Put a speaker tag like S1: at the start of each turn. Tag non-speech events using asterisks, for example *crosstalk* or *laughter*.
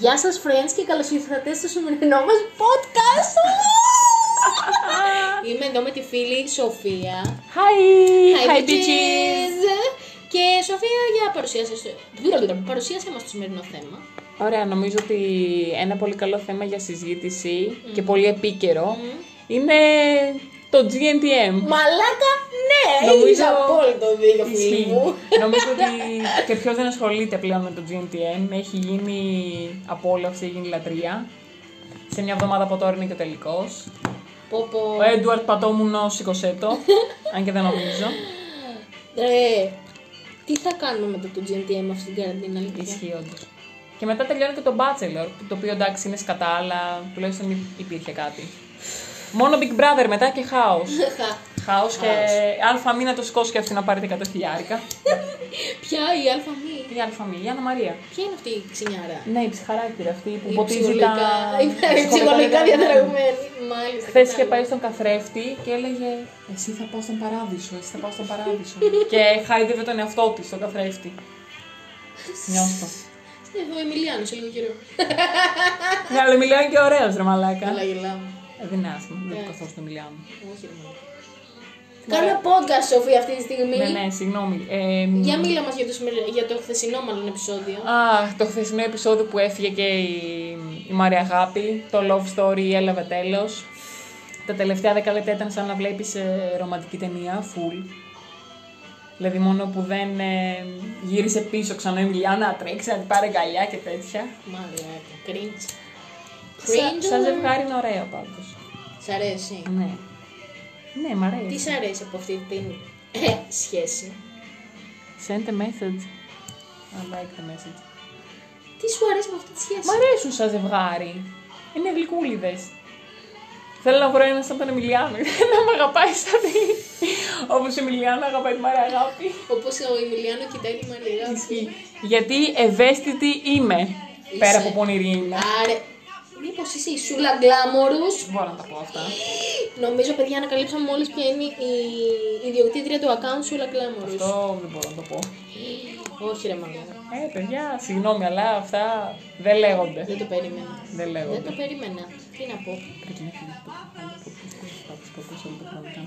S1: Γεια σας friends και καλώς ήρθατε στο σημερινό μας
S2: *laughs*
S1: podcast Είμαι εδώ με τη φίλη Σοφία
S2: Hi!
S1: bitches! Και Σοφία για παρουσίασες, στο... παρουσίασε μας το σημερινό θέμα
S2: Ωραία, νομίζω ότι ένα πολύ καλό θέμα για συζήτηση και πολύ επίκαιρο είναι το GNTM.
S1: Μαλάκα ναι!
S2: Νομίζω-
S1: Νομίζω... απόλυτο δίκιο φίλη
S2: Ισχύει.
S1: μου
S2: νομίζω ότι και ποιος δεν ασχολείται πλέον με το GNTM. Έχει γίνει απόλαυση, έχει γίνει λατρεία. Σε μια εβδομάδα από τώρα είναι και ο τελικός.
S1: Πω πω
S2: Ο Έντουαρτ Πατόμουνο σήκωσέ το. αν και δεν νομίζω.
S1: Ε, Τι θα κάνουμε μετά το GNTM αυτή την καραντίνα αλήθεια
S2: Ισχύει όντως. Και μετά τελειώνει και το Bachelor, που- το οποίο εντάξει είναι σκατά, αλλά τουλάχιστον υ- υπήρχε κάτι. Μόνο Big Brother μετά και χάος. Χάος και αλφα μήνα το σκόσου και αυτή να πάρετε 100 χιλιάρικα.
S1: Ποια η αλφα μη
S2: Η αλφα μη, η Άννα Μαρία.
S1: Ποια είναι αυτή η ξενιάρα
S2: Ναι, η ψυχαράκτη αυτή που
S1: Η
S2: ποτίζει
S1: ψυχολογικά-
S2: τα... *laughs*
S1: η Ψυχολογικά διαταραγμένη. Μάλιστα.
S2: Χθες είχε
S1: κατάλαβα.
S2: πάει στον καθρέφτη και έλεγε Εσύ θα πας στον παράδεισο, εσύ θα πας στον
S1: *laughs*
S2: παράδεισο. και χάιδευε τον εαυτό της στον καθρέφτη. Νιώστο.
S1: Εδώ η Μιλιάνο, σε λίγο καιρό.
S2: ναι, αλλά μιλάει και ωραίος ρε μαλάκα.
S1: Καλά γελάμε.
S2: Ε, δεν είναι άσχημο, δεν
S1: Ναι.
S2: είναι καθόλου στο μιλάω.
S1: Όχι, ρε μαλάκα. Κάνουμε podcast, Σοφία, αυτή τη στιγμή.
S2: Ναι, ναι, συγγνώμη. Ε, μ,
S1: Για μίλα μας για το, σημερι- για το χθεσινό μάλλον επεισόδιο.
S2: Αχ, το χθεσινό επεισόδιο που έφυγε και η, η Μαρία Αγάπη, το Love Story έλαβε τέλος. Τα τελευταία δέκα λεπτά ήταν σαν να βλέπεις ε, ρομαντική ταινία, full. Δηλαδή μόνο που δεν ε, γύρισε πίσω ξανά η Μιλιάνα να τρέξει, να την πάρει αγκαλιά και τέτοια.
S1: Μαλάκα, cringe.
S2: Σα,
S1: Cringe.
S2: σαν ζευγάρι είναι ωραίο πάντως.
S1: Σ' αρέσει.
S2: Ναι. Ναι, μ'
S1: Τι
S2: αρέσει.
S1: σ' αρέσει από αυτή την ε, σχέση.
S2: Send a message. I like the message.
S1: Τι σου αρέσει από αυτή τη σχέση.
S2: Μ' αρέσουν σαν ζευγάρι. Είναι γλυκούλιδες. Θέλω να βρω ένας σαν τον Εμιλιάνο. να με αγαπάει σαν τη. Όπως η Εμιλιάνο αγαπάει τη Μαρία Αγάπη.
S1: Όπως ο Εμιλιάνο κοιτάει τη Μαρία.
S2: Ισχύει. Γιατί ευαίσθητη είμαι. Πέρα από πονηρή είμαι.
S1: Άρε. Μήπως είσαι η Σούλα Γκλάμορους.
S2: Δεν μπορώ να τα πω αυτά.
S1: Νομίζω, παιδιά, ανακαλύψαμε μόλις ποια είναι η ιδιοκτήτρια του account Σούλα Γκλάμορους.
S2: Αυτό δεν μπορώ να το πω.
S1: Όχι, ρε μαλάκα.
S2: Ε, παιδιά, συγγνώμη, αλλά αυτά δεν λέγονται.
S1: Δεν το περίμενα.
S2: Δεν
S1: Δεν
S2: λέγονται.
S1: το περίμενα. Τι να πω.
S2: Πρέπει να φύγει.